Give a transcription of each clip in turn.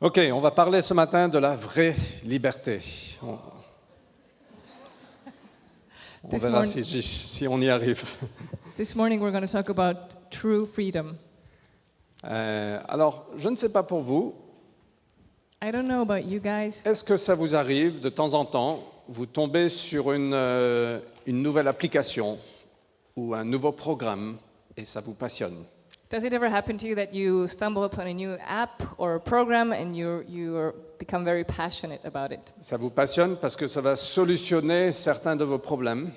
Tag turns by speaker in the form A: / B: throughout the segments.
A: OK, on va parler ce matin de la vraie liberté. On, on
B: This
A: verra si,
B: morning-
A: j'y- si on y arrive.
B: This morning we're going to talk about true freedom.
A: Euh, alors, je ne sais pas pour vous,
B: I don't know about you guys.
A: est-ce que ça vous arrive de temps en temps, vous tombez sur une, euh, une nouvelle application ou un nouveau programme et ça vous passionne
B: Does it ever happen to you that you stumble upon a new app or a program and you you are- become very passionate about it?
A: Ça vous passionne parce que ça va solutionner certains de vos problèmes,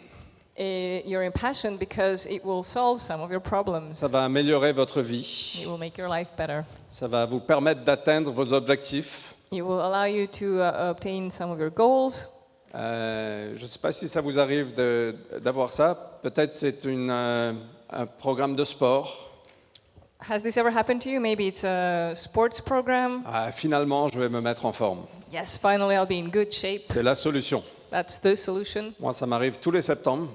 B: Eh, you're impassioned because it will solve some of your problems.
A: ça va améliorer votre
B: It
A: vie,
B: will make your life better.
A: ça va vous permettre d'atteindre vos objectifs.
B: It will allow you to uh, obtain some of your goals.
A: Euh, je ne sais pas si ça vous arrive de- d'avoir ça. Peut-être c'est une, euh, un programme de sport.
B: Has this ever happened to you? Maybe it's a sports program.
A: Ah, finalement, je vais me mettre en forme.
B: Yes, finally I'll be in good shape.
A: C'est la solution.
B: That's the solution.
A: Moi, ça m'arrive tous les septembre.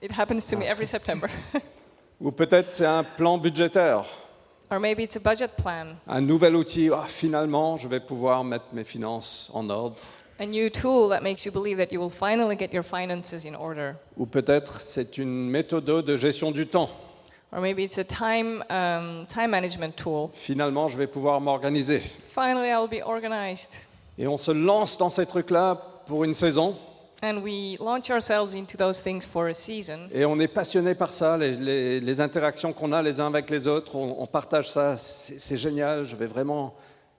B: It happens to me every September.
A: Ou peut-être c'est un plan budgétaire,
B: or maybe it's a budget plan.
A: un nouvel outil. Ah, finalement, je vais pouvoir mettre mes finances en ordre.
B: A new tool that makes you believe that you will finally get your finances in order.
A: Ou peut-être c'est une méthode de gestion du temps.
B: Or maybe it's a time, um, time management tool.
A: Finalement, je vais pouvoir m'organiser.
B: Finally, I'll be organized.
A: Et on se lance dans ces trucs-là pour une saison.
B: And we launch ourselves into those things for a season.
A: Et on est passionné par ça, les, les- les interactions qu'on a les uns avec les autres, on, on partage ça, c'est c'est génial, je vais vraiment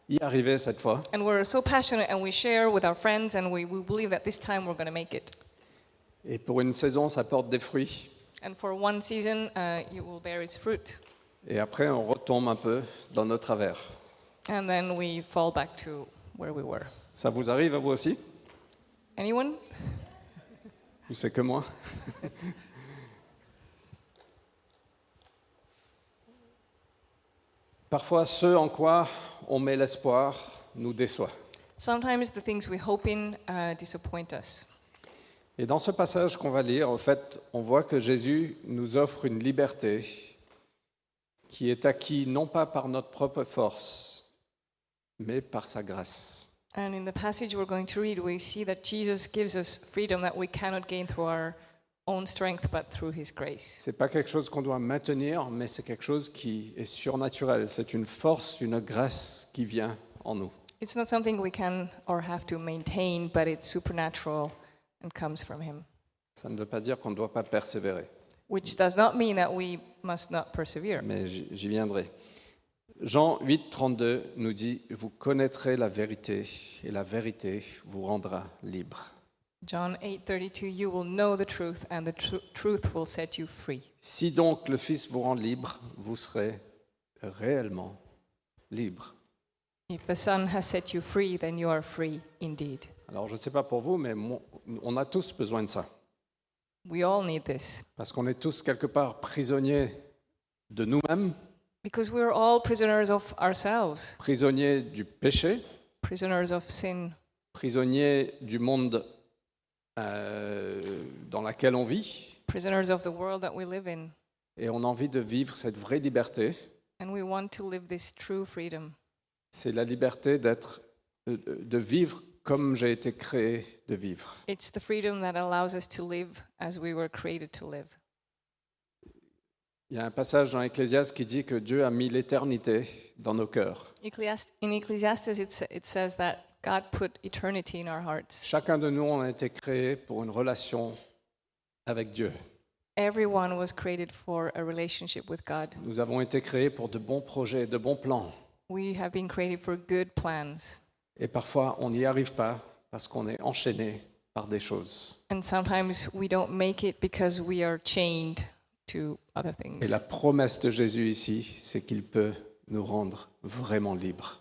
A: y arriver cette fois.
B: And we're so passionate and we share with our friends and we, we believe that this time we're going to make it.
A: Et pour une saison, ça porte des fruits.
B: And for one season, uh, it will bear its fruit.
A: Et après, on retombe un peu dans nos travers.
B: And then we fall back to where we were.
A: Ça vous arrive à vous aussi
B: Anyone?
A: Ou c'est que moi Parfois, ce en quoi on met l'espoir nous déçoit.
B: Sometimes the things we hope in uh, disappoint us.
A: Et dans ce passage qu'on va lire, en fait, on voit que Jésus nous offre une liberté qui est acquise non pas par notre propre force, mais par sa grâce.
B: And in the passage we're going to read, we see that Jesus gives us freedom that we cannot gain through our own strength, but through his grace.
A: C'est pas quelque chose qu'on doit maintenir, mais c'est quelque chose qui est surnaturel. C'est une force, une grâce qui vient en nous.
B: It's not something we can or have to maintain, but it's supernatural and comes from him,
A: Ça ne veut pas dire qu'on ne doit pas persévérer,
B: which does not mean that we must not persevere.
A: mais j'y j'y viendrai. Jean 8, 32 nous dit Vous connaîtrez la vérité, et la vérité vous rendra libre.
B: John 8:32 you will know the truth and the tru- truth will set you free.
A: Si donc le Fils vous rend libre, vous serez réellement libre.
B: If the Son has set you free, then you are free indeed.
A: Alors je ne sais pas pour vous, mais mon- on a tous besoin de ça.
B: We all need this
A: Parce qu'on est tous quelque part prisonniers de nous-mêmes,
B: because we're all prisoners of ourselves,
A: prisonniers du péché,
B: prisoners of sin,
A: prisonniers du monde euh, dans lequel on vit.
B: prisoners of the world that we live in.
A: Et on a envie de vivre cette vraie liberté.
B: And we want to live this true freedom.
A: C'est la liberté d'être, euh, de vivre comme j'ai été créé de vivre.
B: It's the freedom that allows us to live as we were created to live.
A: Il y a un passage dans Ecclésiaste qui dit que Dieu a mis l'éternité dans nos cœurs.
B: Ecclesiast- In Ecclesiastes, it, sa- it says that God put eternity in our hearts.
A: Chacun de nous, on a été créé pour une relation avec Dieu.
B: Everyone was created for a relationship with God.
A: Nous avons été créés pour de bons projets, de bons plans.
B: We have been created for good plans.
A: Et parfois, on n'y arrive pas parce qu'on est enchaîné par des choses.
B: And sometimes we don't make it because we are chained to other
A: Et
B: things.
A: la promesse de Jésus ici, c'est qu'il peut nous rendre vraiment libres.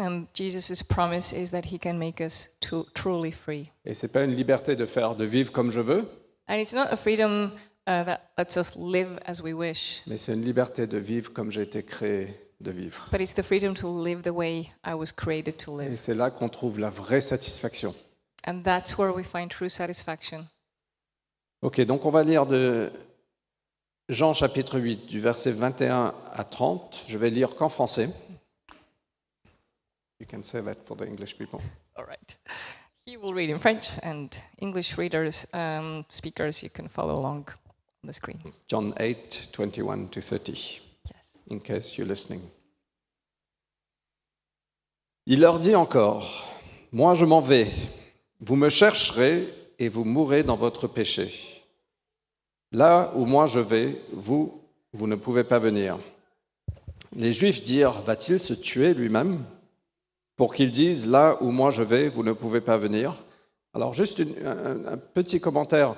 B: And Jesus' promise is that he can make us tu- truly free.
A: Et c'est pas une liberté de faire, de vivre comme je veux,
B: And it's not a freedom uh, that lets us live as we wish,
A: mais c'est une liberté de vivre comme j'ai été créé de vivre.
B: but it's the freedom to live the way I was created to
A: Et
B: live.
A: c'est là qu'on trouve la vraie satisfaction.
B: And that's where we find true satisfaction.
A: Ok, donc on va lire de Jean chapitre 8, du verset 21 à 30. Je vais lire qu'en français. You can say that for the English people.
B: All right. He will read in French, and English readers, um, speakers, you can follow along on the screen.
A: John 8, 21 to 30,
B: Yes.
A: in case you're listening. Il leur dit encore, Moi je m'en vais, vous me chercherez et vous mourrez dans votre péché. Là où moi je vais, vous, vous ne pouvez pas venir. Les Juifs dirent, Va-t-il se tuer lui-même pour qu'ils disent, Là où moi je vais, vous ne pouvez pas venir Alors juste une- un- un- un petit commentaire.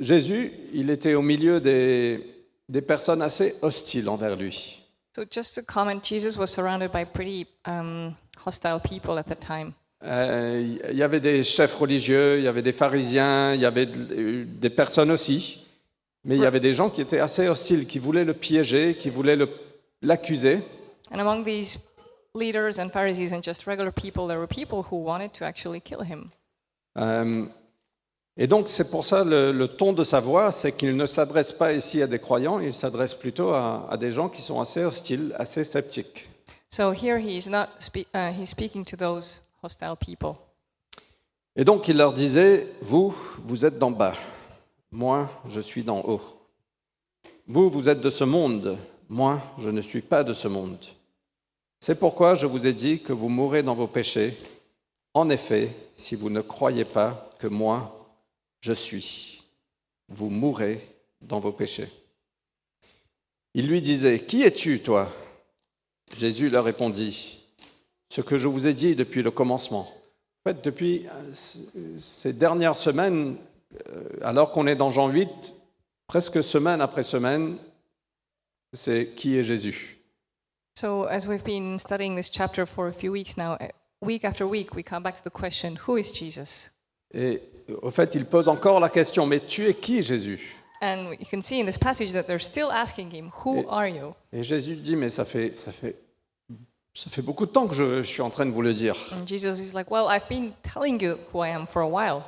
A: Jésus, il était au milieu des, des personnes assez hostiles envers lui.
B: So, just to comment, Jesus was surrounded by pretty um, hostile people at the time.
A: Euh, Il y avait des chefs religieux, il y avait des pharisiens, il y avait de- euh, des personnes aussi, mais il y avait des gens qui étaient assez hostiles, qui voulaient le piéger, qui voulaient le- l'accuser.
B: And among these leaders and Pharisees and just regular people, there were people who wanted to actually kill him.
A: Euh, et donc c'est pour ça le, le ton de sa voix, c'est qu'il ne s'adresse pas ici à des croyants, il s'adresse plutôt à- à des gens qui sont assez hostiles, assez sceptiques.
B: So here he is not spe- uh, he's speaking to those hostile people.
A: Et donc il leur disait, vous, vous êtes d'en bas, moi, je suis d'en haut. Vous, vous êtes de ce monde, moi, je ne suis pas de ce monde. C'est pourquoi je vous ai dit que vous mourrez dans vos péchés. En effet, si vous ne croyez pas que moi, je suis, vous mourrez dans vos péchés. Il lui disait, Qui es-tu, toi Jésus leur répondit, Ce que je vous ai dit depuis le commencement. En fait, depuis euh, c- euh, ces dernières semaines, euh, alors qu'on est dans Jean 8, presque semaine après semaine, c'est qui est Jésus.
B: So as we've been studying this chapter for a few weeks now, eh, week after week we come back to the question, who is Jesus?
A: Et euh, au fait, il pose encore la question, mais tu es qui Jésus
B: And you can see in this passage that they're still asking him, who
A: Eh.
B: are you?
A: Et Jésus dit, mais ça fait, ça fait, ça fait beaucoup de temps que je, je suis en train de vous le dire.
B: And Jesus is like, well, I've been telling you who I am for a while.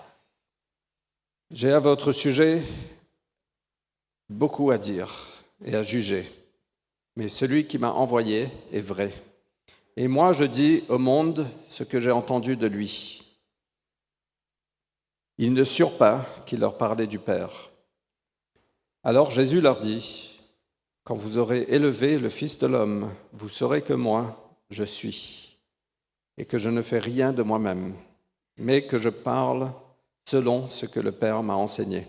A: J'ai à votre sujet beaucoup à dire et à juger, mais celui qui m'a envoyé est vrai. Et moi, je dis au monde ce que j'ai entendu de lui. Ils ne surent pas qu'il leur parlait du Père. Alors Jésus leur dit, Quand vous aurez élevé le Fils de l'homme, vous saurez que moi, je suis, et que je ne fais rien de moi-même, mais que je parle selon ce que le Père m'a enseigné.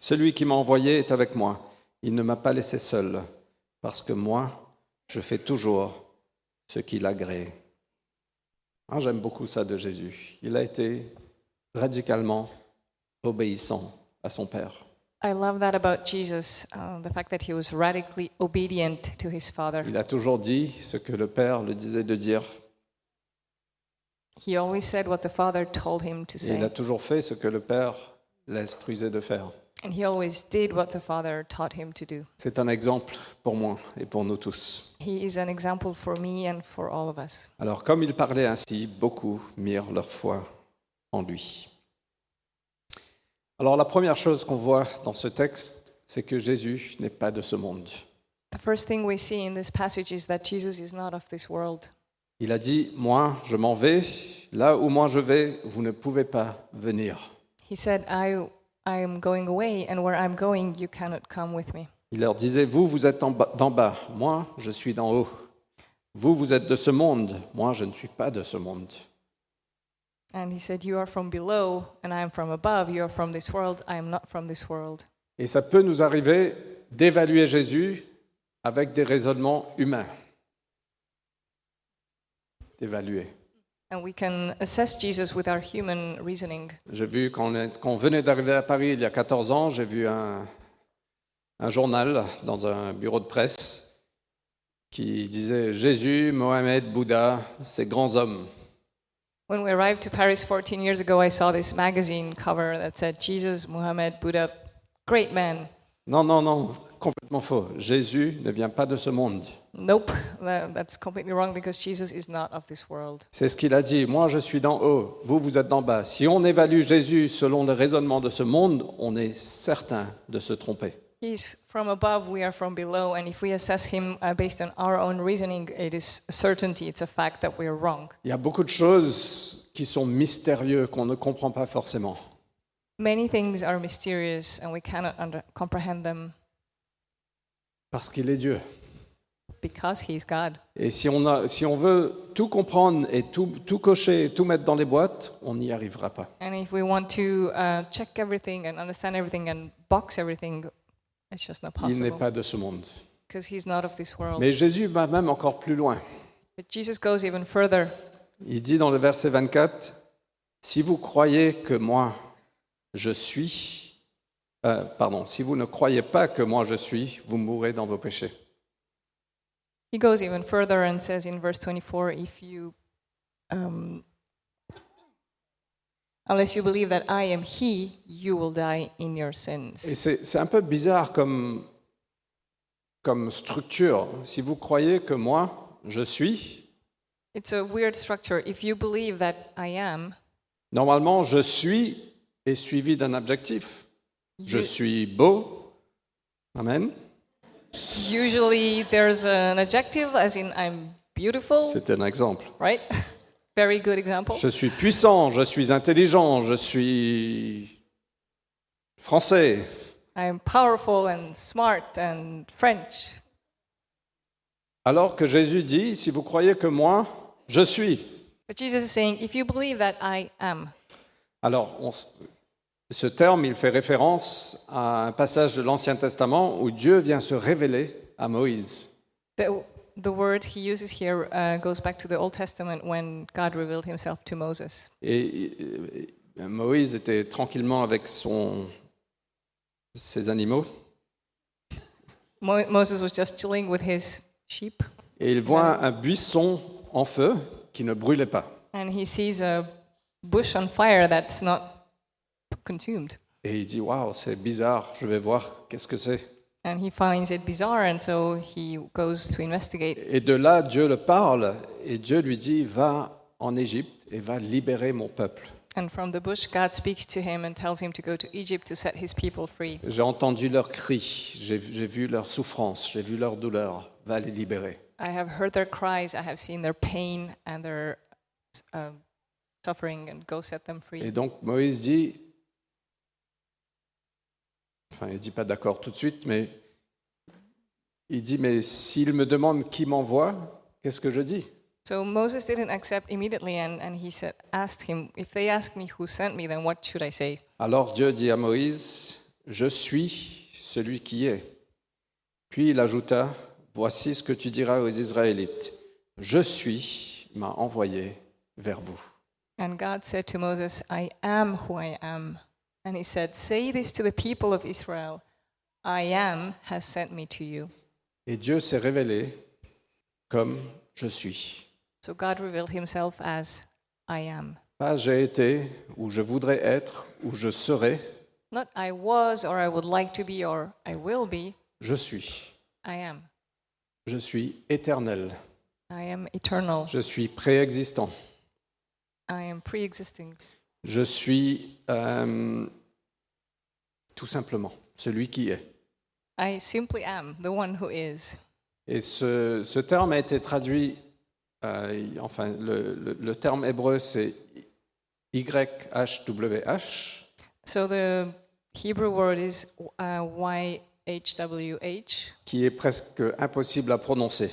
A: Celui qui m'a envoyé est avec moi. Il ne m'a pas laissé seul, parce que moi, je fais toujours ce qu'il agrée. Hein, J'aime beaucoup ça de Jésus. Il a été radicalement obéissant à son Père.
B: I love that about Jesus, uh, the fact that he was radically obedient to his father.
A: Il a toujours dit ce que le Père le disait de dire,
B: He always said what the father told him to
A: et il a
B: say,
A: toujours fait ce que le Père l'instruisait de faire.
B: and he always did what the father taught him to do.
A: C'est un exemple pour moi et pour nous tous.
B: He is an example for me and for all of us.
A: Alors comme il parlait ainsi, beaucoup mirent leur foi en lui. Alors la première chose qu'on voit dans ce texte, c'est que Jésus n'est pas de ce monde.
B: The first thing we see in this passage is that Jesus is not of this world.
A: Il a dit, moi je m'en vais, là où moi je vais, vous ne pouvez pas venir.
B: He said, I, I am going away, and where I'm going, you cannot come with me.
A: Il leur disait, vous, vous êtes en bas- d'en bas, moi je suis d'en haut. Vous, vous êtes de ce monde, moi je ne suis pas de ce monde.
B: And he said, You are from below, and I am from above. You are from this world, I am not from this world.
A: Et ça peut nous arriver d'évaluer Jésus avec des raisonnements humains. D'évaluer.
B: And we can assess Jesus with our human reasoning.
A: J'ai vu quand on, est- quand on venait d'arriver à Paris il y a 14 ans, j'ai vu un, un journal dans un bureau de presse qui disait Jésus, Mohamed, Bouddha, ces grands hommes.
B: When we arrived to Paris 14 years ago, I saw this magazine cover that said, Jesus, Muhammad, Buddha, great man.
A: Non, non, non, complètement faux. Jésus ne vient pas de ce monde.
B: Nope, that- that's completely wrong because Jesus is not of this world.
A: C'est ce qu'il a dit. Moi, je suis d'en haut, vous, vous êtes d'en bas. Si on évalue Jésus selon le raisonnement de ce monde, on est certain de se tromper.
B: He is from above, we are from below, and if we assess him uh, based on our own reasoning, it is a certainty, it's a fact that we are wrong.
A: Il y a beaucoup de choses qui sont mystérieuses, qu'on ne comprend pas forcément.
B: Many things are mysterious and we cannot under- comprehend them
A: Parce qu'il est Dieu.
B: because he is God.
A: Et si on, a- si on veut tout comprendre et tout, tout cocher, et tout mettre dans les boîtes, on n'y arrivera pas.
B: And if we want to uh, check everything and understand everything and box everything, it's just not
A: Il n'est
B: possible
A: pas de ce monde.
B: because he's not of this world.
A: Mais Jésus va même encore plus loin.
B: But Jesus goes even further.
A: Il dit dans le verset 24, Si vous croyez que moi je suis, euh, pardon, si vous ne croyez pas que moi je suis, vous mourrez dans vos péchés.
B: He goes even further and says in verse 24, if you, um, unless you believe that I am he, you will die in your sins.
A: Et c'est c'est un peu bizarre comme, comme structure. Si vous croyez que moi je suis,
B: It's a weird structure. If you believe that I am,
A: normalement je suis est suivi d'un adjectif. Je
B: you,
A: suis beau. Amen.
B: usually there's an adjective, as in I'm beautiful,
A: C'est un exemple.
B: right? Very good example.
A: Je suis puissant, je suis intelligent, je suis français.
B: I'm powerful and smart and French.
A: Alors que Jésus dit, si vous croyez que moi, je suis.
B: But Jesus is saying, if you believe that I am,
A: Alors, on s- ce terme, il fait référence à un passage de l'Ancien Testament où Dieu vient se révéler à Moïse.
B: the, the word he uses here uh, goes back to the Old Testament when God revealed himself to Moses.
A: Et euh, Moïse était tranquillement avec son, ses animaux.
B: Mo- Moses was just chilling with his sheep,
A: Et il voit un buisson en feu qui ne brûlait pas.
B: and he sees a bush on fire that's not consumed.
A: Et il dit, waouh, c'est bizarre, je vais voir qu'est-ce que c'est.
B: And he finds it bizarre, and so he goes to investigate.
A: Et de là, Dieu le parle et Dieu lui dit Va en Égypte et va libérer mon peuple.
B: And from the bush, God speaks to him and tells him to go to Egypt to set his people free.
A: J'ai entendu leurs cris, j'ai j'ai vu leur souffrance, j'ai vu leur douleur, va les libérer.
B: I have heard their cries, I have seen their pain and their um, suffering, and go set them free.
A: Et donc Moïse dit Enfin, il dit pas d'accord tout de suite, mais il dit Mais s'il me demande qui m'envoie, qu'est-ce que je dis
B: So Moses didn't accept immediately, and, and he said, asked him, If they ask me who sent me, then what should I say?
A: Alors Dieu dit à Moïse, Je suis celui qui est. Puis il ajouta, Voici ce que tu diras aux Israélites, Je suis m'a envoyé vers vous.
B: And God said to Moses, I am who I am. And he said, Say this to the people of Israel I am has sent me to you.
A: Et Dieu s'est révélé comme Je suis.
B: So God revealed himself as I am.
A: Pas j'ai été, ou je voudrais être, ou je serai,
B: Not I was, or I would like to be, or I will be.
A: je suis.
B: I am.
A: Je suis éternel,
B: I am eternal.
A: je suis préexistant,
B: I am pre existing.
A: je suis euh, tout simplement celui qui est.
B: I simply am the one who is.
A: Et ce, ce terme a été traduit, euh, enfin, le, le- le terme hébreu c'est YHWH,
B: So the Hebrew word is uh, YHWH.
A: qui est presque impossible à prononcer.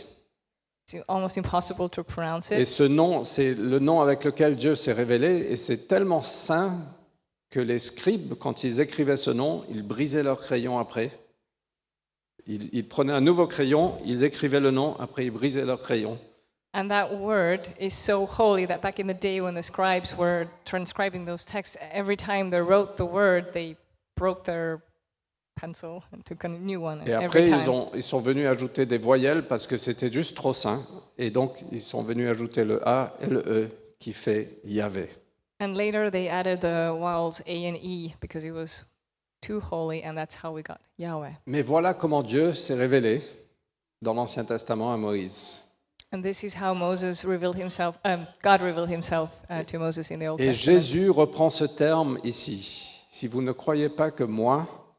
B: It's almost impossible to pronounce
A: Et
B: it.
A: ce nom, c'est le nom avec lequel Dieu s'est révélé, et c'est tellement saint que les scribes, quand ils écrivaient ce nom, ils brisaient leur crayon après. Ils, ils prenaient un nouveau crayon, ils écrivaient le nom, après ils brisaient leur crayon.
B: And that word is so holy that back in the day when the scribes were transcribing those texts, every time they wrote the word, they broke their pencil and took a new one.
A: Et
B: every
A: après,
B: time.
A: ils, ont- ils sont venus ajouter des voyelles parce que c'était juste trop sain. Et donc, ils sont venus ajouter le A et le E qui fait Yahvé.
B: And later they added the vowels A and E because it was too holy, and that's how we got Yahweh.
A: Mais voilà comment Dieu s'est révélé dans l'Ancien Testament à Moïse.
B: And this is how Moses revealed himself, um, God revealed himself uh, to Moses in the Old
A: Et
B: Testament.
A: Jésus reprend ce terme ici. Si vous ne croyez pas que moi,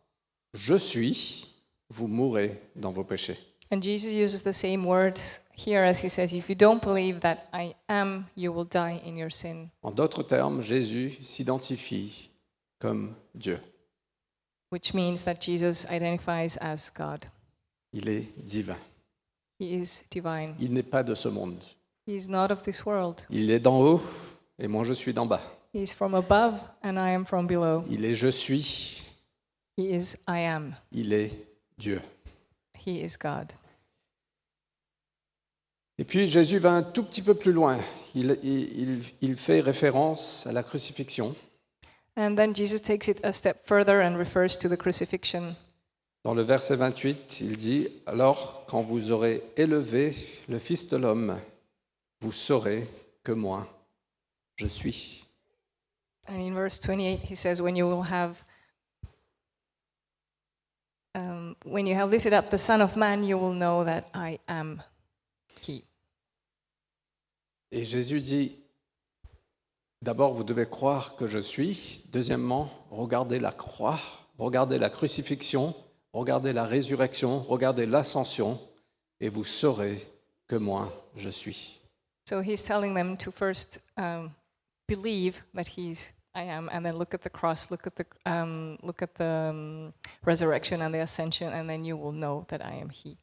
A: je suis, vous mourrez dans vos péchés.
B: And Jesus uses the same words here as he says, If you don't believe that I am, you will die in your sin,
A: En d'autres termes, Jésus s'identifie comme Dieu.
B: which means that Jesus identifies as God.
A: Il est divin.
B: He is divine.
A: Il n'est pas de ce monde.
B: He is not of this world.
A: Il est d'en haut et moi je suis d'en bas.
B: He is from above, and I am from below.
A: Il est je suis,
B: He is I am.
A: il est Dieu.
B: He is God.
A: Et puis Jésus va un tout petit peu plus loin. Il, il- il- il fait référence à la crucifixion.
B: And then Jesus takes it a step further and refers to the crucifixion.
A: Dans le verset 28, il dit, Alors quand vous aurez élevé le Fils de l'homme, vous saurez que moi, je suis.
B: And in verse 28, he says, When you will have um, when you have lifted up the Son of Man, you will know that I am He.
A: Et Jésus dit, D'abord, vous devez croire que je suis. Deuxièmement, regardez la croix, regardez la crucifixion, regardez la résurrection, regardez l'ascension, et vous saurez que moi, je suis.
B: So he's telling them to first um, believe that he's I am, and then look at the cross, look at the um, look at the um, resurrection and the ascension, and then you will know that I am He.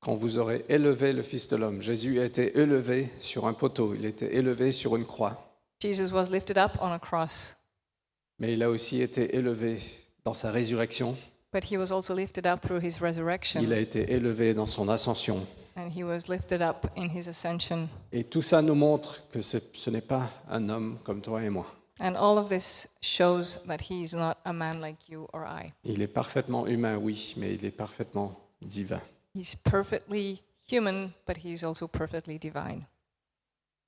A: Quand vous aurez élevé le Fils de l'homme, Jésus a été élevé sur un poteau, il a été élevé sur une croix,
B: Jesus was lifted up on a cross,
A: mais il a aussi été élevé dans sa résurrection,
B: but he was also lifted up through his resurrection,
A: il a été élevé dans son ascension.
B: and he was lifted up in his ascension.
A: Et tout ça nous montre que ce, ce n'est pas un homme comme toi et moi.
B: And all of this shows that he is not a man like you or I.
A: Il est parfaitement humain, oui, mais il est parfaitement divin.
B: He's perfectly human, but he's also perfectly divine.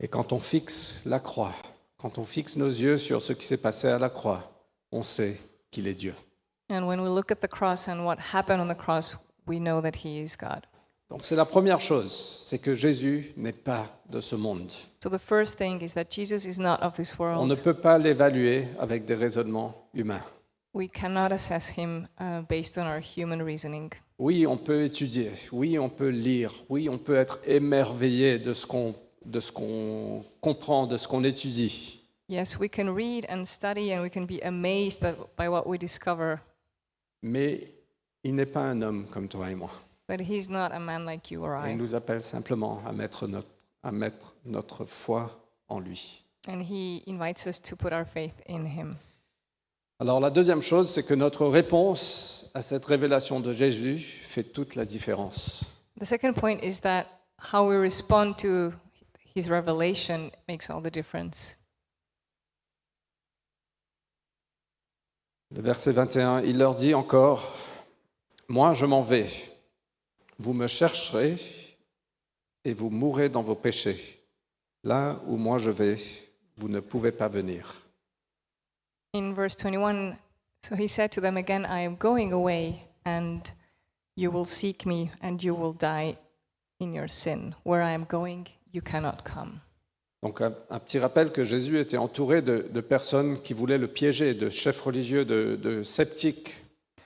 A: Et quand on fixe la croix, quand on fixe nos yeux sur ce qui s'est passé à la croix, on sait qu'il est Dieu.
B: And when we look at the cross and what happened on the cross, we know that he is God.
A: Donc c'est la première chose, c'est que Jésus n'est pas de ce monde.
B: So the first thing is that Jesus is not of this
A: On ne
B: world.
A: peut pas l'évaluer avec des raisonnements humains.
B: We cannot assess him uh, based on our human reasoning.
A: Oui, on peut étudier, oui, on peut lire, oui, on peut être émerveillé de ce qu'on de ce qu'on comprend, de ce qu'on étudie.
B: Yes, we can read and study and we can be amazed by, by what we discover,
A: Mais il n'est pas un homme comme toi et moi.
B: but he's not a man like you or
A: Et Il
B: I.
A: nous appelle simplement à mettre notre, à mettre notre foi en lui.
B: And he invites us to put our faith in him.
A: Alors la deuxième chose, c'est que notre réponse à cette révélation de Jésus fait toute la différence.
B: The second point is that how we respond to his revelation makes all the difference.
A: Le verset 21, il leur dit encore, Moi je m'en vais, vous me chercherez et vous mourrez dans vos péchés. Là où moi je vais, vous ne pouvez pas venir.
B: In verse 21, so he said to them again, I am going away, and you will seek me, and you will die in your sin. Where I am going, you cannot come.
A: Donc un, un petit rappel que Jésus était entouré de, de personnes qui voulaient le piéger, de chefs religieux, de- de sceptiques.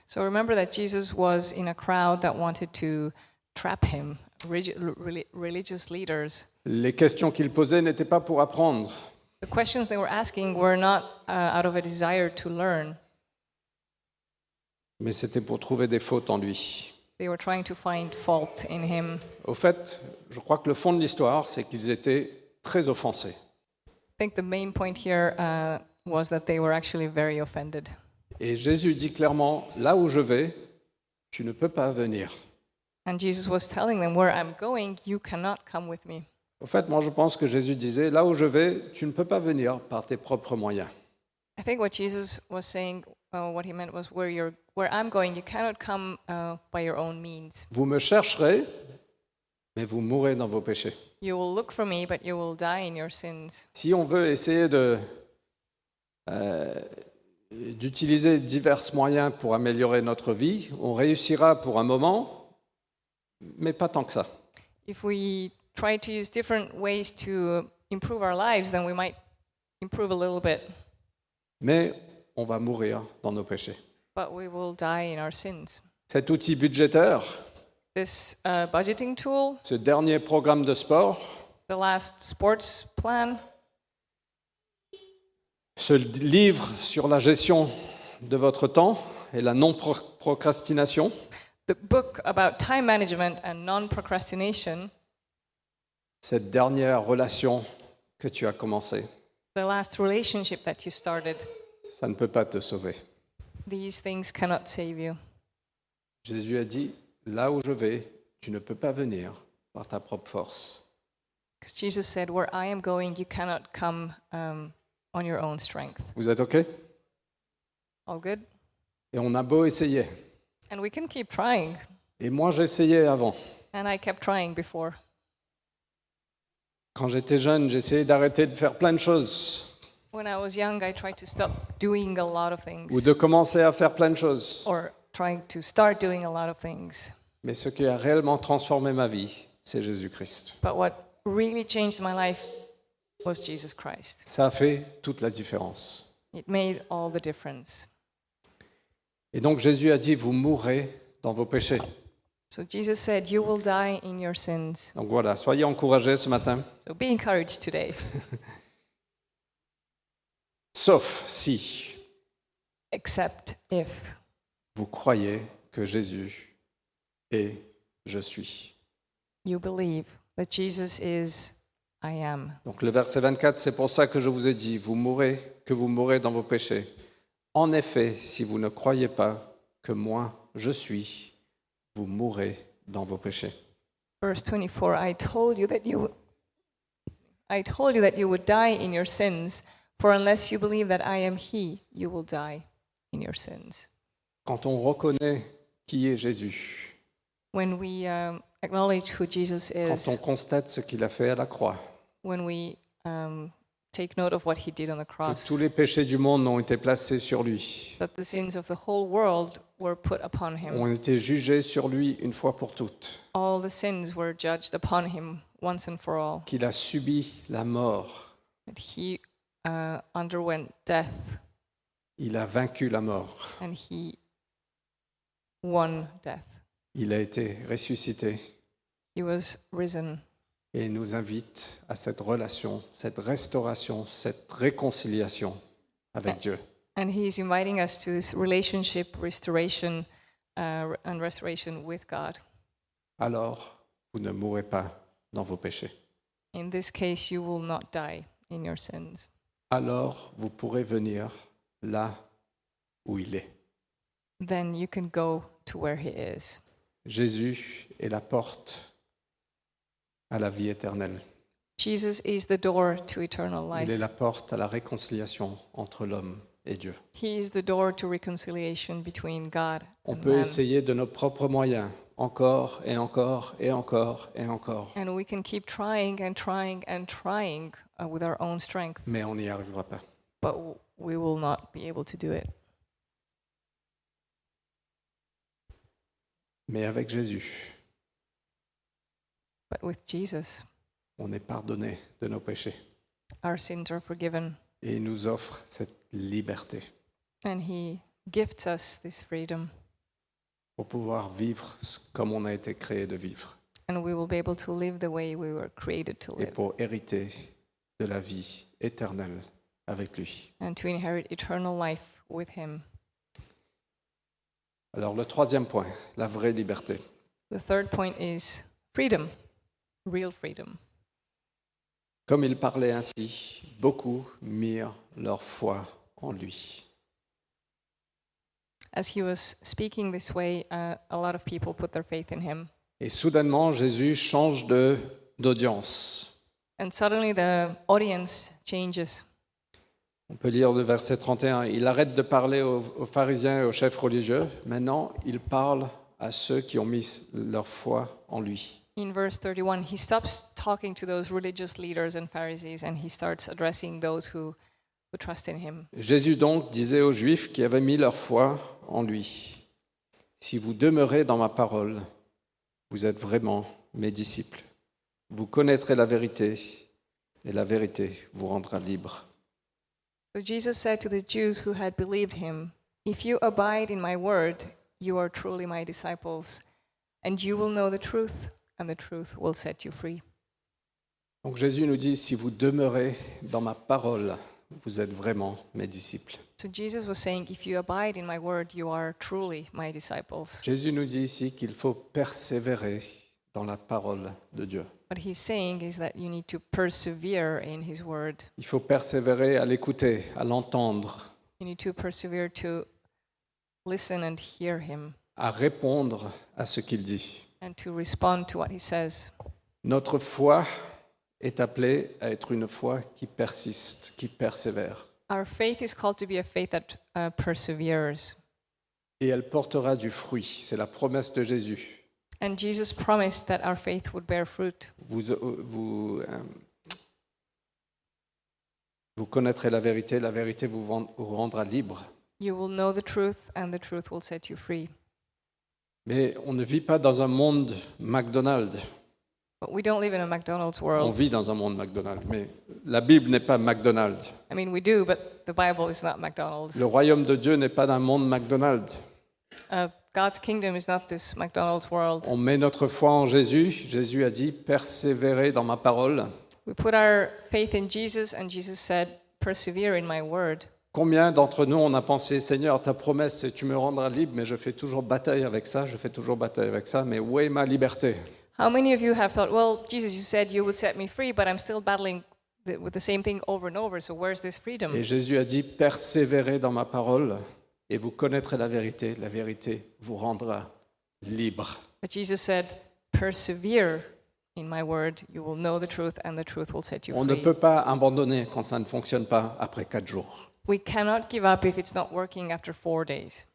B: So remember that Jesus was in a crowd that wanted to trap him, relig- reli- religious leaders.
A: Les questions qu'il posait n'étaient pas pour apprendre.
B: The questions they were asking were not uh, out of a desire to learn,
A: mais c'était pour trouver des fautes en lui.
B: they were trying to find fault in him.
A: Au fait, je crois que le fond de l'histoire, c'est qu'ils étaient très offensés.
B: I think the main point here uh, was that they were actually very offended.
A: Et Jésus dit clairement, là où je vais, tu ne peux pas venir.
B: And Jesus was telling them, Where I'm going, you cannot come with me.
A: Au fait, moi je pense que Jésus disait, là où je vais, tu ne peux pas venir par tes propres moyens.
B: I think what Jesus was saying, uh, what he meant was, Where, you're, where I'm going, you cannot come uh, by your own means.
A: Vous me chercherez, mais vous mourrez dans vos péchés.
B: You will look for me, but you will die in your sins.
A: Si on veut essayer de, euh, d'utiliser divers moyens pour améliorer notre vie, on réussira pour un moment, mais pas tant que ça.
B: If we try to use different ways to improve our lives, then we might improve a little bit,
A: mais on va mourir dans nos péchés.
B: but we will die in our sins.
A: Cet outil budgétaire,
B: This uh, budgeting tool,
A: ce dernier programme de sport,
B: the last sports plan,
A: ce livre sur la gestion de votre temps et la non-procrastination,
B: the book about time management and non procrastination,
A: cette dernière relation que tu as commencée,
B: the last relationship that you started,
A: ça ne peut pas te sauver.
B: these things cannot save you.
A: Jésus a dit, là où je vais, tu ne peux pas venir par ta propre force.
B: Because Jesus said, Where I am going, you cannot come um, on your own strength.
A: Vous êtes OK Et
B: All good?
A: on a beau essayer.
B: And we can keep trying.
A: Et moi, j'essayais avant.
B: And I kept trying before.
A: Quand j'étais jeune, j'essayais d'arrêter de faire plein de choses
B: When I was young, I tried to stop doing a lot of things
A: ou de commencer à faire plein de choses.
B: or trying to start doing a lot of things.
A: Mais ce qui a réellement transformé ma vie, c'est Jésus-Christ.
B: But what really changed my life was Jesus Christ.
A: Ça a fait toute la différence.
B: It made all the difference.
A: Et donc Jésus a dit, vous mourrez dans vos péchés.
B: So Jesus said, You will die in your sins.
A: Donc voilà, soyez encouragés ce matin.
B: So be encouraged today,
A: Sauf si
B: except if
A: vous croyez que Jésus est je suis.
B: you believe that Jesus is I am.
A: Donc le verset 24, c'est pour ça que je vous ai dit, vous mourrez, que vous mourrez dans vos péchés. En effet, si vous ne croyez pas que moi je suis, vous mourrez dans vos péchés.
B: Verse 24 I told you that you I told you that you would die in your sins, for unless you believe that I am he, you will die in your sins.
A: Quand on reconnaît qui est Jésus,
B: When we um, acknowledge who Jesus
A: quand
B: is,
A: on constate ce qu'il a fait à la croix,
B: when we um, take note of what he did on the
A: que
B: cross,
A: tous les péchés du monde ont été placés sur lui,
B: that the sins of the whole world were put upon him.
A: ont été jugés sur lui une fois pour toutes,
B: All the sins were judged upon him once and for all.
A: qu'il a subi la mort,
B: That he uh, underwent death
A: il a vaincu la mort,
B: and he won death.
A: il a été ressuscité
B: He was risen
A: et nous invite à cette relation, cette restauration, cette réconciliation avec Dieu.
B: And he's inviting us to this relationship restoration uh, and restoration with God.
A: Alors, vous ne mourrez pas dans vos péchés.
B: In this case, you will not die in your sins.
A: Alors, vous pourrez venir là où il est.
B: Then you can go to where he is.
A: Jésus est la porte à la vie éternelle.
B: Jesus is the door to eternal life.
A: Il est la porte à la réconciliation entre l'homme et Dieu.
B: He is the door to reconciliation between God
A: On
B: and
A: peut
B: man.
A: essayer de nos propres moyens, encore et encore et encore et encore,
B: And we can keep trying and trying and trying uh, with our own strength,
A: mais on n'y arrivera pas.
B: but w- we will not be able to do it.
A: Mais avec Jésus,
B: But with Jesus,
A: on est pardonné de nos péchés
B: our sins are forgiven,
A: et il nous offre cette liberté
B: and He gifts us this freedom,
A: pour pouvoir vivre ce- comme on a été créé de vivre
B: and we will be able to live the way we were created to
A: et
B: live
A: pour hériter de la vie éternelle avec lui.
B: and to inherit eternal life with Him.
A: Alors le troisième point, la vraie liberté.
B: The third point is freedom, real freedom.
A: Comme il parlait ainsi, beaucoup mirent leur foi en lui.
B: As He was speaking this way, uh, a lot of people put their faith in Him.
A: Et soudainement, Jésus change de d'audience.
B: And suddenly the audience changes.
A: On peut lire le verset 31. Il arrête de parler aux, aux pharisiens et aux chefs religieux. Maintenant, il parle à ceux qui ont mis leur foi en lui.
B: In verse 31, he stops talking to those religious leaders and Pharisees and he starts addressing those who, who trust in him.
A: Jésus donc disait aux Juifs qui avaient mis leur foi en lui, Si vous demeurez dans ma parole, vous êtes vraiment mes disciples. Vous connaîtrez la vérité, et la vérité vous rendra libre.
B: So Jesus said to the Jews who had believed him, If you abide in my word, You are truly my disciples, and you will know the truth, and the truth will set you free.
A: Donc Jésus nous dit, si vous demeurez dans ma parole, vous êtes vraiment mes disciples.
B: So Jesus was saying, If you abide in my word, you are truly my disciples.
A: Jésus nous dit ici qu'il faut persévérer dans la parole de Dieu.
B: What he's saying is that you need to persevere in his word,
A: Il faut persévérer à l'écouter, à l'entendre,
B: you need to persevere to listen and hear him
A: à répondre à ce qu'il dit.
B: and to respond to what he says.
A: Notre foi est appelée à être une foi qui persiste, qui persévère.
B: Our faith is called to be a faith that uh, perseveres.
A: Et elle portera du fruit. C'est la promesse de Jésus.
B: And Jesus promised that our faith would bear fruit.
A: Vous, euh, vous, euh, vous connaîtrez la vérité, la vérité vous rend- vous rendra libre.
B: You will know the truth, and the truth will set you free.
A: Mais on ne vit pas dans un monde McDonald's.
B: But we don't live in a McDonald's
A: On
B: world.
A: vit dans un monde McDonald's, mais la Bible n'est pas McDonald's.
B: I mean, we do, but the Bible is not McDonald's.
A: Le royaume de Dieu n'est pas un monde McDonald's.
B: Uh, God's kingdom is not this McDonald's world.
A: On met notre foi en Jésus. Jésus a dit persévérez dans ma parole.
B: We put our faith in Jesus, and Jesus said, Persevere in my word.
A: Combien d'entre nous on a pensé Seigneur, ta promesse c'est tu me rendras libre, mais je fais toujours bataille avec ça, je fais toujours bataille avec ça, mais où est ma liberté
B: How many of you have thought, Well, Jesus, you said you would set me free, but I'm still battling th- with the same thing over and over, so where's this
A: Et
B: freedom?
A: Jésus a dit persévérez dans ma parole et vous connaîtrez la vérité, la vérité vous rendra libre.
B: But Jesus said, Persevere in my word. You will know the truth, and the truth will set you
A: On ne
B: free.
A: peut pas abandonner quand ça ne fonctionne pas après quatre jours.
B: We cannot give up if it's not working after four days.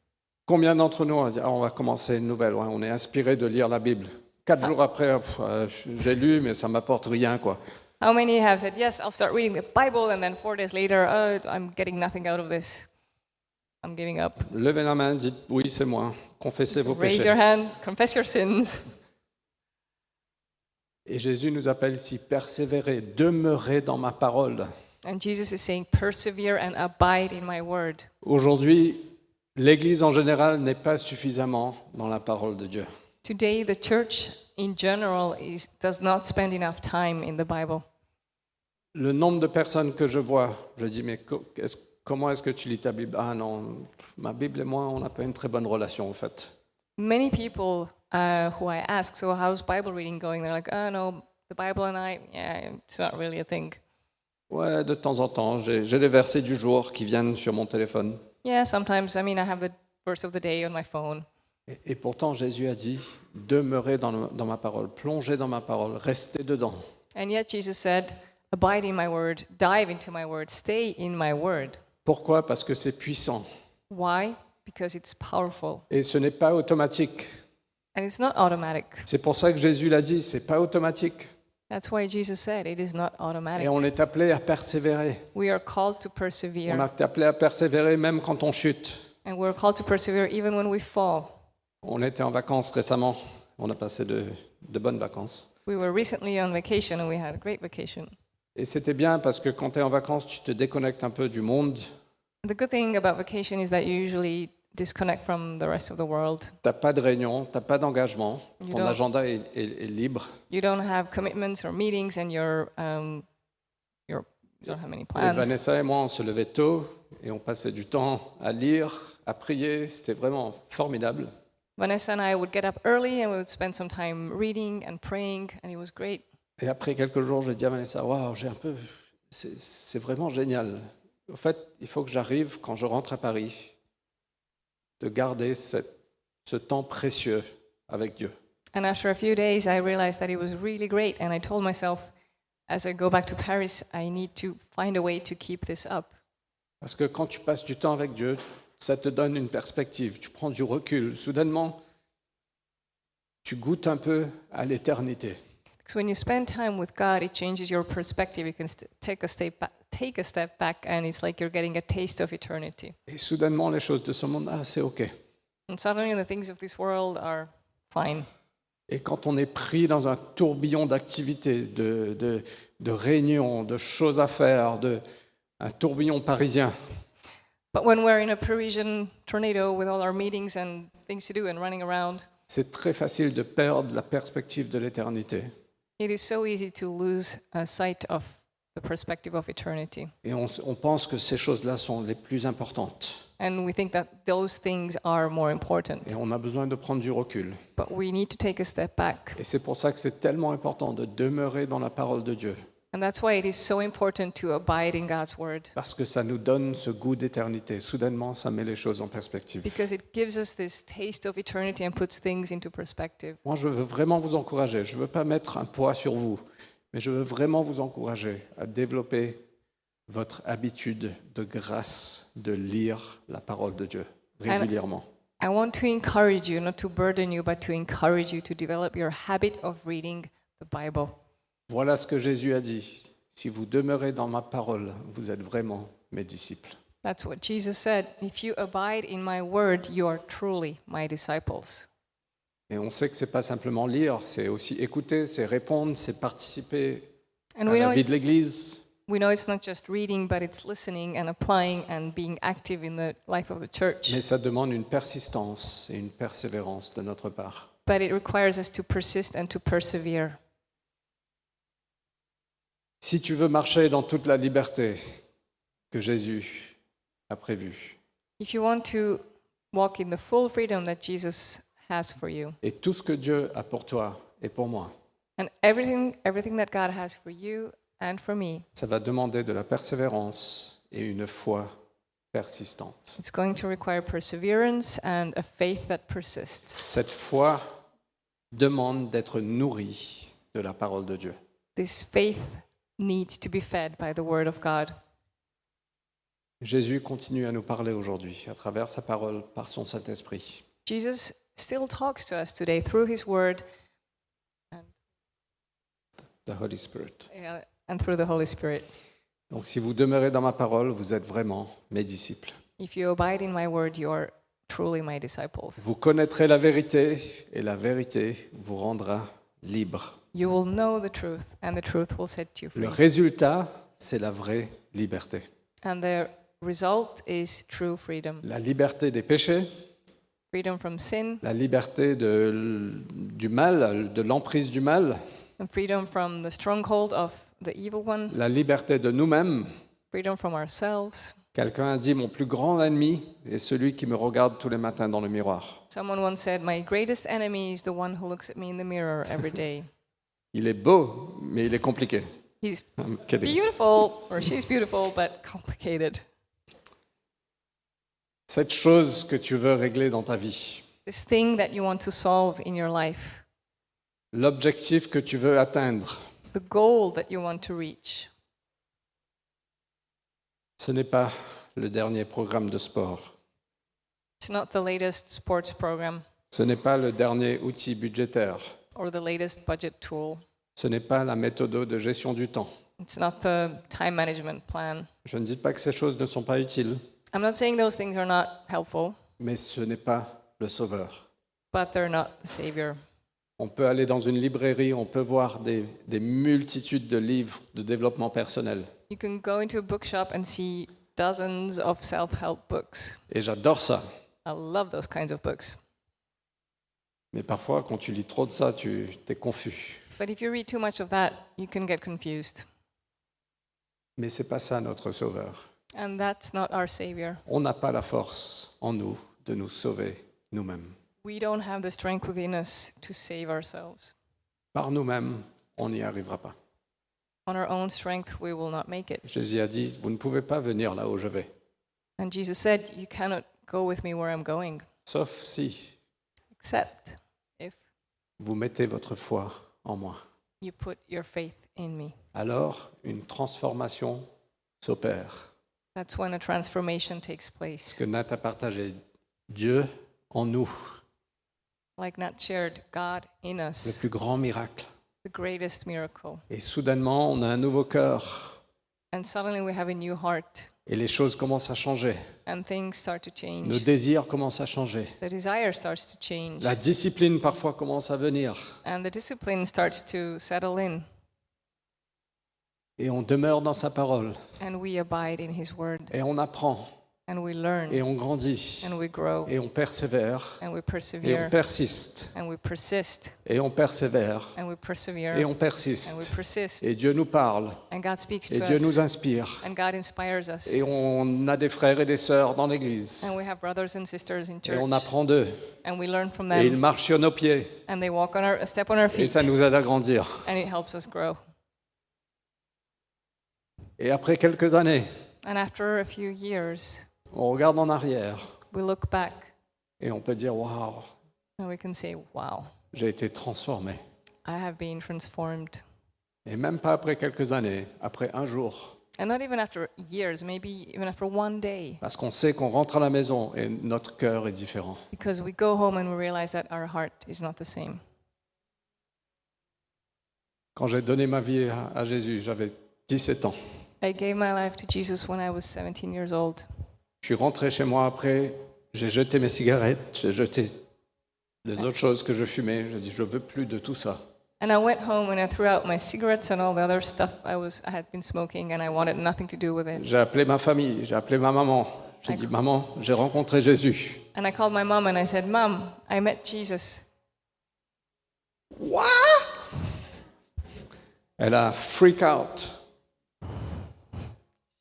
A: Combien d'entre nous ont dit, Ah, on va commencer une nouvelle, ouais, on est inspiré de lire la Bible. Quatre
B: Ah.
A: jours après, pff, euh, j'ai lu, mais ça m'apporte rien, quoi.
B: How many have said, Yes, I'll start reading the Bible, and then four days later, oh, I'm getting nothing out of this. I'm giving up.
A: Levez la main, dites oui, c'est moi. Confessez vos
B: Raise your
A: péchés.
B: hand, confess your sins.
A: Et Jésus nous appelle ici, persévérer, demeurer dans ma parole.
B: And Jesus is saying, Persevere and abide in my word.
A: Aujourd'hui, l'Église en général n'est pas suffisamment dans la parole de Dieu.
B: Today, the church in general is, does not spend enough time in the Bible.
A: Le nombre de personnes que je vois, je dis, mais co- est-ce- comment est-ce que tu lis ta Bible Ah non, pff, ma Bible et moi, on n'a pas une très bonne relation, en fait.
B: Many people uh, who I ask, So, how's Bible reading going? They're like, Oh, no, the Bible and I, yeah, it's not really a thing.
A: Ouais, de temps en temps, j'ai j'ai les versets du jour qui viennent sur mon téléphone.
B: Yeah, sometimes, I mean, I have the verse of the day on my phone.
A: Et, et pourtant, Jésus a dit demeurez dans, le- dans ma parole, plongez dans ma parole, restez dedans.
B: And yet Jesus said, Abide in my word, dive into my word, stay in my word.
A: Pourquoi Parce que c'est puissant.
B: Why? Because it's powerful.
A: Et ce n'est pas automatique.
B: And it's not automatic.
A: C'est pour ça que Jésus l'a dit c'est pas automatique.
B: That's why Jesus said it is not
A: Et
B: automatic.
A: on est appelé à persévérer.
B: We are called to
A: On
B: persevere.
A: est appelé à persévérer même quand on chute.
B: And we're called to persevere even when we fall.
A: On était en vacances récemment. On a passé de, de bonnes vacances.
B: We were recently on vacation and we had a great vacation.
A: Et c'était bien parce que quand tu es en vacances, tu te déconnectes un peu du monde.
B: The good thing about vacation is that you usually disconnect from the rest of the world.
A: T'as pas de réunion, t'as pas d'engagement,
B: You
A: ton
B: don't.
A: agenda est, est- est libre.
B: You don't have commitments or meetings and you're, um, you're, you don't have any
A: Et
B: plans.
A: Vanessa et moi, on se levait tôt et on passait du temps à lire, à prier. C'était vraiment formidable.
B: Vanessa and I would get up early and we would spend some time reading and praying, and it was great.
A: Et après quelques jours, j'ai dit à Vanessa, waouh, j'ai un peu, c'est- c'est vraiment génial. En fait, il faut que j'arrive quand je rentre à Paris de garder cette- ce temps précieux avec Dieu.
B: And after a few days, I realized that it was really great, and I told myself, as I go back to Paris, I need to find a way to keep this up.
A: Parce que quand tu passes du temps avec Dieu, ça te donne une perspective, tu prends du recul. Soudainement, tu goûtes un peu à l'éternité.
B: Because when you spend time with God, it changes your perspective. You can st- take, a step ba- take a step back, and it's like you're getting a taste of eternity.
A: Et soudainement, les choses de ce monde, ah, c'est OK.
B: And suddenly, the things of this world are fine.
A: Et quand on est pris dans un tourbillon d'activités, de, de- de réunions, de choses à faire, de, un tourbillon parisien,
B: But when we're in a Parisian tornado with all our meetings and things to do and running around,
A: C'est très facile de perdre la perspective de l'éternité.
B: it is so easy to lose a sight of the perspective of eternity.
A: Et on, on pense que ces choses-là sont les plus importantes.
B: And we think that those things are more important.
A: Et on a besoin de prendre du recul.
B: But we need to take a step back.
A: Et c'est pour ça que c'est tellement important de demeurer dans la parole de Dieu.
B: And that's why it is so important to abide in God's word,
A: Parce que ça nous donne ce goût d'éternité. Soudainement, ça met les choses en perspective.
B: because it gives us this taste of eternity and puts things into perspective.
A: Moi, je veux vraiment vous encourager. Je ne veux pas mettre un poids sur vous, mais je veux vraiment vous encourager à développer votre habitude de grâce de lire la parole de Dieu régulièrement.
B: I want to encourage you, not to burden you, but to encourage you to develop your habit of reading the Bible.
A: Voilà ce que Jésus a dit. Si vous demeurez dans ma parole, vous êtes vraiment mes disciples.
B: That's what Jesus said. If you abide in my word, you are truly my disciples.
A: Et on sait que ce n'est pas simplement lire, c'est aussi écouter, c'est répondre, c'est participer
B: And
A: à
B: we
A: la
B: know,
A: vie de l'Église.
B: we know it's not just reading, but it's listening and applying and being active in the life of the church.
A: Mais ça demande une persistance et une persévérance de notre part.
B: But it requires us to persist and to persevere.
A: Si tu veux marcher dans toute la liberté que Jésus a prévue,
B: If you want to walk in the full freedom that Jesus has for you,
A: et tout ce que Dieu a pour toi et pour moi,
B: and everything, everything that God has for you and for me,
A: ça va demander de la persévérance et une foi persistante.
B: It's going to require perseverance and a faith that persists.
A: Cette foi demande d'être nourrie de la parole de Dieu.
B: This faith needs to be fed by the Word of God.
A: Jésus continue à nous parler aujourd'hui à travers sa parole par son Saint-Esprit.
B: Jesus still talks to us today through His Word
A: The Holy Spirit.
B: uh, and through the Holy Spirit.
A: Donc si vous demeurez dans ma parole, vous êtes vraiment mes disciples.
B: If you abide in my Word, you are truly my disciples.
A: Vous connaîtrez la vérité et la vérité vous rendra libre.
B: You will know the truth, and the truth will set you free.
A: Le résultat, c'est la vraie liberté.
B: And the result is true freedom
A: La liberté des péchés,
B: freedom from sin,
A: la liberté de l- du mal, de l'emprise du mal,
B: and freedom from the stronghold of the evil one,
A: la liberté de nous-mêmes.
B: freedom from ourselves.
A: Quelqu'un a dit, mon plus grand ennemi est celui qui me regarde tous les matins dans le miroir.
B: Someone once said, My greatest enemy is the one who looks at me in the mirror every day.
A: Il est beau, mais il est compliqué.
B: He's
A: I'm kidding.
B: beautiful, or she's beautiful, but complicated.
A: Cette chose que tu veux régler dans ta vie,
B: This thing that you want to solve in your life,
A: l'objectif que tu veux atteindre,
B: the goal that you want to reach,
A: ce n'est pas le dernier programme de sport.
B: it's not the latest sports program
A: Ce n'est pas le dernier outil budgétaire.
B: or the latest budget tool,
A: Ce n'est pas la méthode de gestion du temps.
B: it's not the time management plan.
A: Je ne dis pas que ces choses ne sont pas utiles,
B: I'm not saying those things are not helpful,
A: mais ce n'est pas le sauveur.
B: but they're not the savior.
A: On peut aller dans une librairie, on peut voir des, des multitudes de livres de développement personnel.
B: You can go into a bookshop and see dozens of self help books.
A: Et j'adore ça.
B: I love those kinds of books.
A: Mais parfois, quand tu lis trop de ça, tu es confus.
B: But if you read too much of that, you can get confused.
A: Mais c'est pas ça notre sauveur.
B: And that's not our Savior.
A: On n'a pas la force en nous de nous sauver nous-mêmes.
B: We don't have the strength within us to save ourselves.
A: Par nous-mêmes, on n'y arrivera pas.
B: On our own strength, we will not make it.
A: Jésus a dit, vous ne pouvez pas venir là où je vais,
B: And Jesus said, You cannot go with me where I'm going,
A: sauf si
B: except if
A: vous mettez votre foi en moi.
B: you put your faith in me.
A: Alors, une transformation s'opère.
B: That's when a transformation takes
A: Ce
B: place.
A: que Nat a partagé, Dieu en nous,
B: Like Nat shared, God in
A: le
B: us,
A: plus grand miracle.
B: the greatest miracle.
A: Et soudainement, on a un nouveau cœur
B: And suddenly we have a new heart,
A: et les choses commencent à changer.
B: and things start to
A: Nos
B: change.
A: désirs commencent à changer.
B: The desire starts to change,
A: La discipline parfois commence à venir
B: and the discipline starts to settle in.
A: et on demeure dans sa parole
B: And we abide in his word.
A: et on apprend
B: and we learn
A: et on grandit
B: and we grow
A: et on persévère
B: and
A: et
B: we
A: on
B: persevere
A: persiste
B: and we persist
A: et on persévère
B: and we persevere
A: et Ah on persiste
B: and we persist
A: et Dieu nous parle
B: and God speaks
A: et
B: to
A: Dieu nous
B: us
A: inspire
B: and God inspires us
A: et on a des frères et des sœurs dans l'église
B: and we have brothers and sisters in
A: et
B: church
A: on apprend d'eux
B: and we learn from
A: et ils
B: them
A: marchent sur nos pieds
B: and they walk on our a step on our
A: et
B: feet
A: ça nous aide à grandir.
B: and it helps us grow.
A: Et après quelques années,
B: And after a few years,
A: on regarde en arrière
B: we look back
A: et on peut dire waouh,
B: and we can say, wow,
A: j'ai été transformé.
B: I have been transformed.
A: Et même pas après quelques années, après un jour,
B: And not even after years, maybe even after one day,
A: parce qu'on sait qu'on rentre à la maison et notre cœur est différent.
B: because we go home and we realize that our heart is not the same.
A: Quand j'ai donné ma vie à à Jésus, j'avais 17 ans.
B: I gave my life to Jesus when I was 17 years old.
A: Je suis rentré chez moi après, j'ai jeté mes cigarettes, j'ai jeté les autres choses que je fumais. J'ai dit, je veux plus de tout ça.
B: And I went home and I threw out my cigarettes and all the other stuff I, was, I had been smoking and I wanted nothing to do with it.
A: J'ai appelé ma famille, j'ai appelé ma maman. J'ai dit, maman, j'ai rencontré Jésus.
B: And I called my mom and I said, Mom, I met Jesus.
A: Elle a freak out.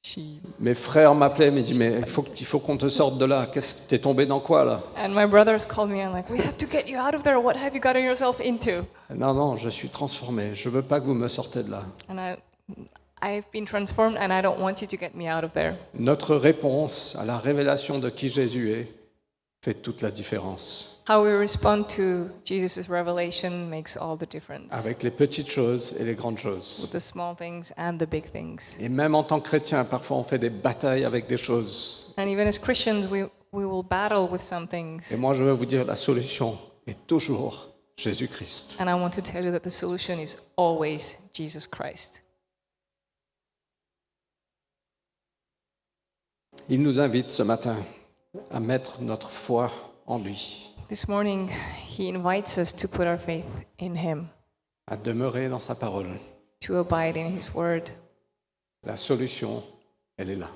B: She.
A: Mes frères m'appelaient, me disaient, mais il faut, il faut qu'on te sorte de là. Qu'est-ce que t'es tombé dans quoi là
B: And my brothers called me and like, we have to get you out of there. What have you gotten yourself into?
A: Non, non, je suis transformé. Je veux pas que vous me sortez de là.
B: And I, I've been transformed and I don't want you to get me out of there.
A: Notre réponse à la révélation de qui Jésus est fait toute la différence.
B: How we respond to Jesus' revelation makes all the difference.
A: Avec les petites choses et les grandes choses.
B: The small things and the big things.
A: Et même en tant que chrétien, parfois on fait des batailles avec des choses.
B: And even as Christians, we, we will battle with some things.
A: Et moi, je veux vous dire, la solution est toujours Jésus-Christ.
B: And I want to tell you that the solution is always Jesus Christ.
A: Il nous invite ce matin à mettre notre foi en lui,
B: This morning, he invites us to put our faith in him,
A: à demeurer dans sa parole.
B: to abide in his word.
A: La solution, elle est là.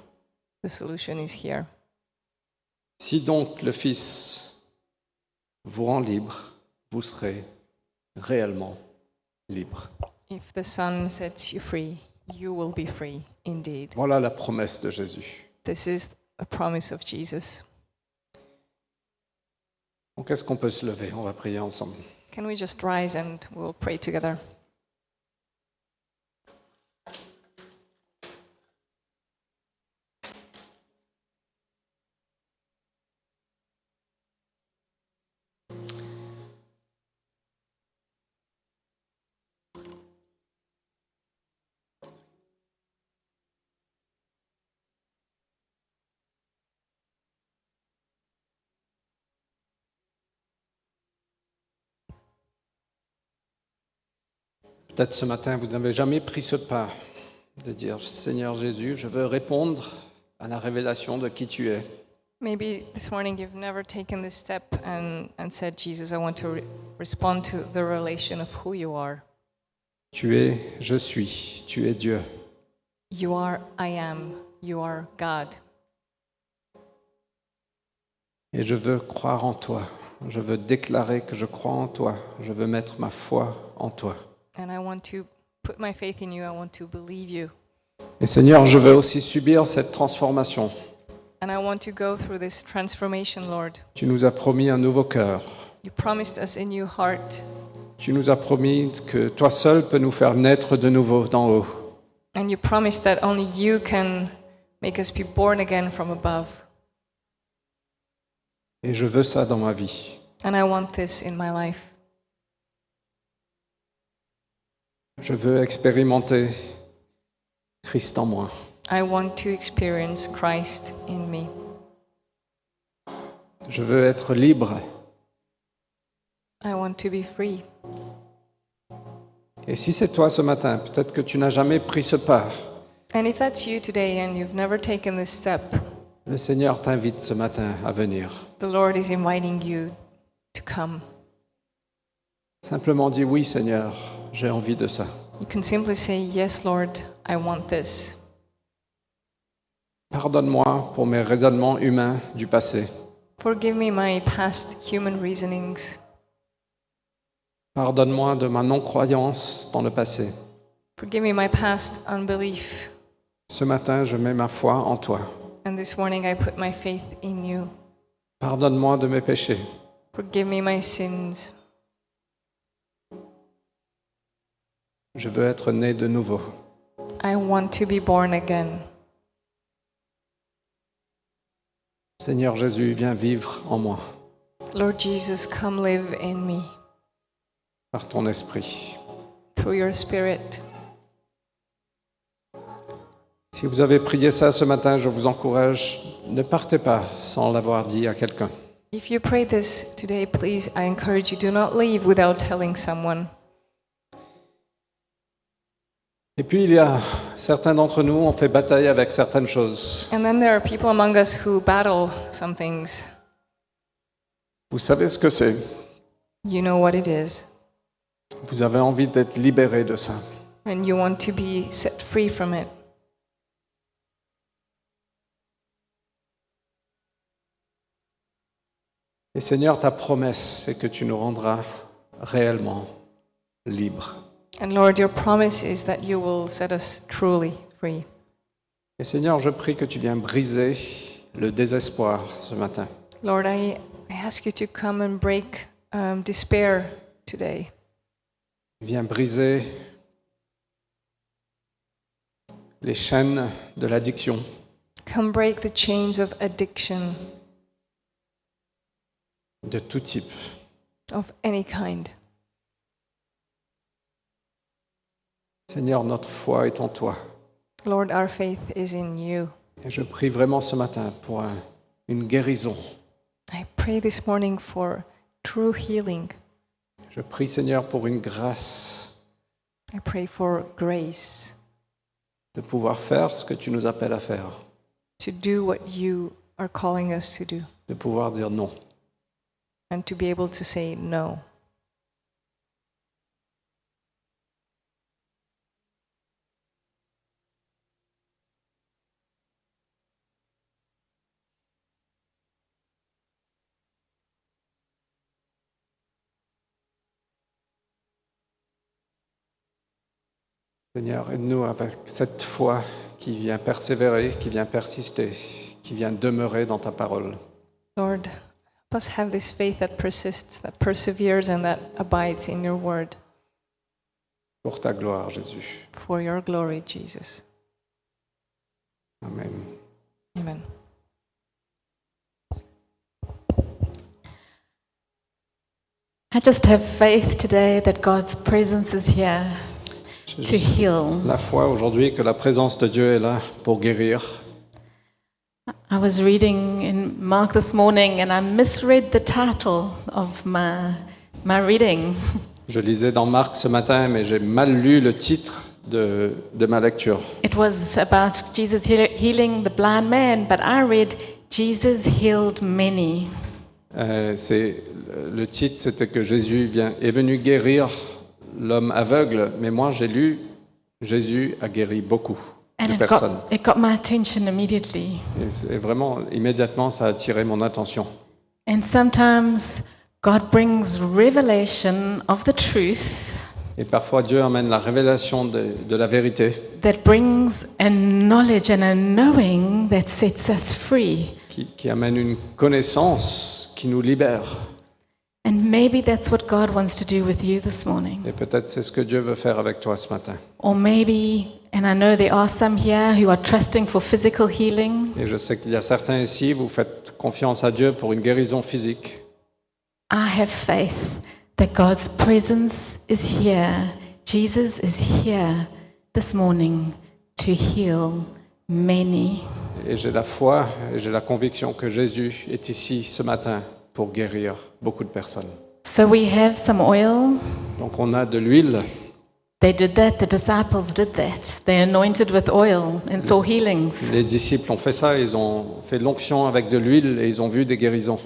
B: The solution is here.
A: Si donc le Fils vous rend libre, vous serez réellement libre.
B: If the Son sets you free, you will be free indeed.
A: Voilà la promesse de Jésus.
B: This is a promise of Jesus.
A: Donc est-ce qu'on peut se lever On va prier ensemble.
B: Can we just rise and we'll pray together?
A: Peut-être ce matin, vous n'avez jamais pris ce pas de dire Seigneur Jésus, je veux répondre à la révélation de qui tu es.
B: Maybe this morning you've never taken this step and, and said, Jesus, I want to re- respond to the relation of who you are.
A: Tu es, je suis, tu es Dieu.
B: You are, I am, you are God.
A: Et je veux croire en toi. Je veux déclarer que je crois en toi. Je veux mettre ma foi en toi.
B: And I want to put my faith in you, I want to believe you.
A: Et Seigneur, je veux aussi subir cette transformation.
B: And I want to go through this transformation, Lord.
A: Tu nous as promis un nouveau cœur.
B: You promised us a new heart,
A: Tu nous as promis que toi seul peux nous faire naître de nouveau d'en haut.
B: and you promised that only you can make us be born again from above.
A: Et je veux ça dans ma vie.
B: And I want this in my life.
A: Je veux expérimenter Christ en moi.
B: I want to experience Christ in me.
A: Je veux être libre.
B: I want to be free.
A: Et si c'est toi ce matin, peut-être que tu n'as jamais pris ce pas,
B: And if that's you today and you've never taken this step,
A: le Seigneur t'invite ce matin à venir.
B: the Lord is inviting you to come.
A: Simplement dis oui Seigneur, j'ai envie de ça.
B: You can simply say, Yes, Lord, I want this.
A: Pardonne-moi pour mes raisonnements humains du passé.
B: Forgive me my past human reasonings.
A: Pardonne-moi de ma non-croyance dans le passé.
B: Forgive me my past unbelief.
A: Ce matin, je mets ma foi en toi.
B: And this morning I put my faith in you.
A: Pardonne-moi de mes péchés.
B: Forgive me my sins.
A: Je veux être né de nouveau.
B: I want to be born again.
A: Seigneur Jésus, viens vivre en moi
B: Lord Jesus, come live in me
A: par ton esprit.
B: through your Spirit.
A: Si vous avez prié ça ce matin, je vous encourage, ne partez pas sans l'avoir dit à quelqu'un.
B: If you pray this today, please, I encourage you, do not leave without telling someone.
A: Et puis il y a certains d'entre nous, on fait bataille avec certaines choses.
B: And then there are people among us who battle some things.
A: Vous savez ce que c'est.
B: You know what it is,
A: Vous avez envie d'être libéré de ça.
B: and you want to be set free from it.
A: Et Seigneur, ta promesse, c'est que tu nous rendras réellement libres.
B: And Lord, your promise is that you will set us truly free.
A: Et Seigneur, je prie que tu viens briser le désespoir ce matin.
B: Lord, I, I ask you to come and break um, despair today.
A: Viens briser les chaînes de l'addiction.
B: Come break the chains of addiction
A: de tout type.
B: of any kind.
A: Seigneur, notre foi est en toi.
B: Lord, our faith is in you.
A: Et je prie vraiment ce matin pour un- une guérison.
B: I pray this morning for true healing.
A: Je prie, Seigneur, pour une grâce
B: I pray for grace
A: de pouvoir faire ce que tu nous appelles à faire,
B: to do what you are calling us to do
A: de pouvoir dire non.
B: and to be able to say no.
A: Seigneur, aide-nous avec cette foi qui vient persévérer, qui vient persister, qui vient demeurer dans ta parole.
B: Lord, help us have this faith that persists, that perseveres, and that abides in your word
A: Pour ta gloire, Jésus.
B: for your glory, Jesus.
A: Amen.
B: Amen.
C: I just have faith today that God's presence is here
A: J'ai
C: to
A: juste
C: heal.
A: La foi aujourd'hui que la présence de Dieu est là pour guérir.
C: I was reading in Mark this morning and I misread the title of my, my reading.
A: Je lisais dans Marc ce matin, mais j'ai mal lu le titre de, de ma lecture.
C: It was about Jesus heal- healing the blind man, but I read, Jesus healed many.
A: Euh, c'est- le titre, c'était que Jésus vient, est venu guérir l'homme aveugle, mais moi j'ai lu Jésus a guéri beaucoup
C: And
A: de
C: it
A: personnes.
C: got, it got my attention immediately.
A: Et, c'est- et vraiment, immédiatement, ça a attiré mon attention.
C: And sometimes God brings revelation of the truth
A: Et parfois, Dieu amène la révélation de, de la vérité
C: that brings a knowledge and a knowing that sets us free.
A: qui, qui amène une connaissance qui nous libère.
C: And maybe that's what God wants to do with you this morning.
A: Et peut-être c'est ce que Dieu veut faire avec toi ce matin.
C: Or maybe, and I know there are some here who are trusting for physical healing.
A: Et je sais qu'il y a certains ici, vous faites confiance à Dieu pour une guérison physique.
C: I have faith that God's presence is here. Jesus is here this morning to heal many.
A: Et j'ai la foi et j'ai la conviction que Jésus est ici ce matin pour guérir beaucoup de personnes.
C: So we have some oil.
A: Donc on a de l'huile.
C: They did that, the disciples did that. They anointed with oil and saw healings.
A: Les disciples ont fait ça, ils ont fait l'onction avec de l'huile et ils ont vu des guérisons.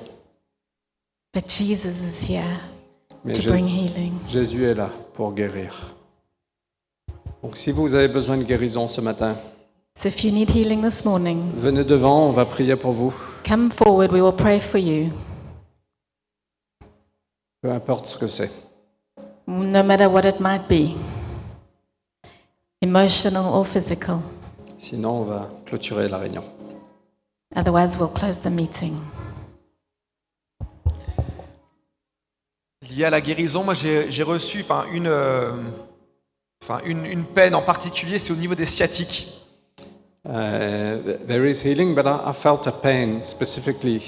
C: But Jesus is here
A: Mais
C: to
A: Jé-
C: bring healing.
A: Jésus est là pour guérir. Donc si vous avez besoin de guérison ce matin,
C: So if you need healing this morning,
A: Venez devant, on va prier pour vous.
C: come forward. We will pray for you.
A: Peu importe ce que c'est.
C: no matter what it might be emotional or physical.
A: Sinon, on va clôturer la réunion.
C: Otherwise, we'll close the meeting.
D: lié à la guérison, moi j'ai j'ai reçu enfin, une, euh, enfin, une, une peine en particulier, c'est au niveau des sciatiques.
A: Uh, there is healing, but I, I felt a pain specifically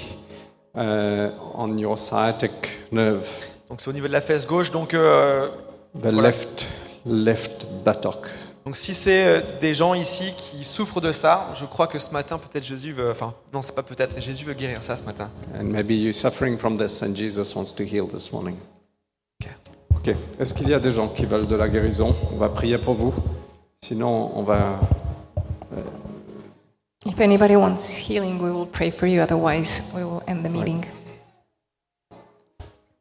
A: uh, on your sciatic nerve,
D: Donc c'est au niveau de la fesse gauche. Donc, euh,
A: the
D: Voilà.
A: left left buttock.
D: donc si c'est euh, des gens ici qui souffrent de ça, je crois que ce matin peut-être Jésus veut, enfin non c'est pas peut-être, Jésus veut guérir ça ce matin.
A: And maybe you're suffering from this, and Jesus wants to heal this morning.
D: Ok.
A: Ok. Est-ce qu'il y a des gens qui veulent de la guérison On va prier pour vous. Sinon, on va.
B: If anybody wants healing, we will pray for you. Otherwise, we will end the meeting.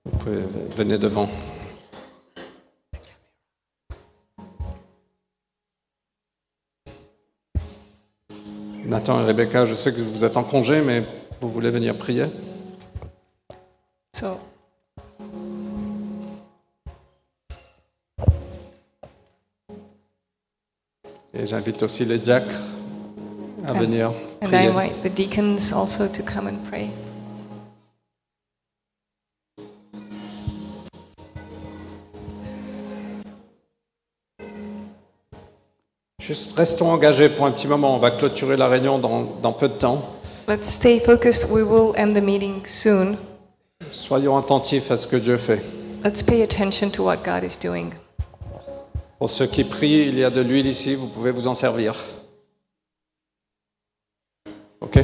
A: vous pouvez- venez devant. Nathan et Rebecca, je sais que vous êtes en congé, mais vous voulez venir prier
B: So,
A: Et j'invite aussi les diacres à
B: Ok.
A: venir
B: and I
A: prier.
B: invite the deacons also to come and pray.
A: Juste restons engagés pour un petit moment. On va clôturer la réunion dans, dans peu de temps.
B: Let's stay focused. We will end the meeting soon.
A: Soyons attentifs à ce que Dieu fait.
B: Let's pay attention to what God is doing.
A: Pour ceux qui prient, il y a de l'huile ici, vous pouvez vous en servir. OK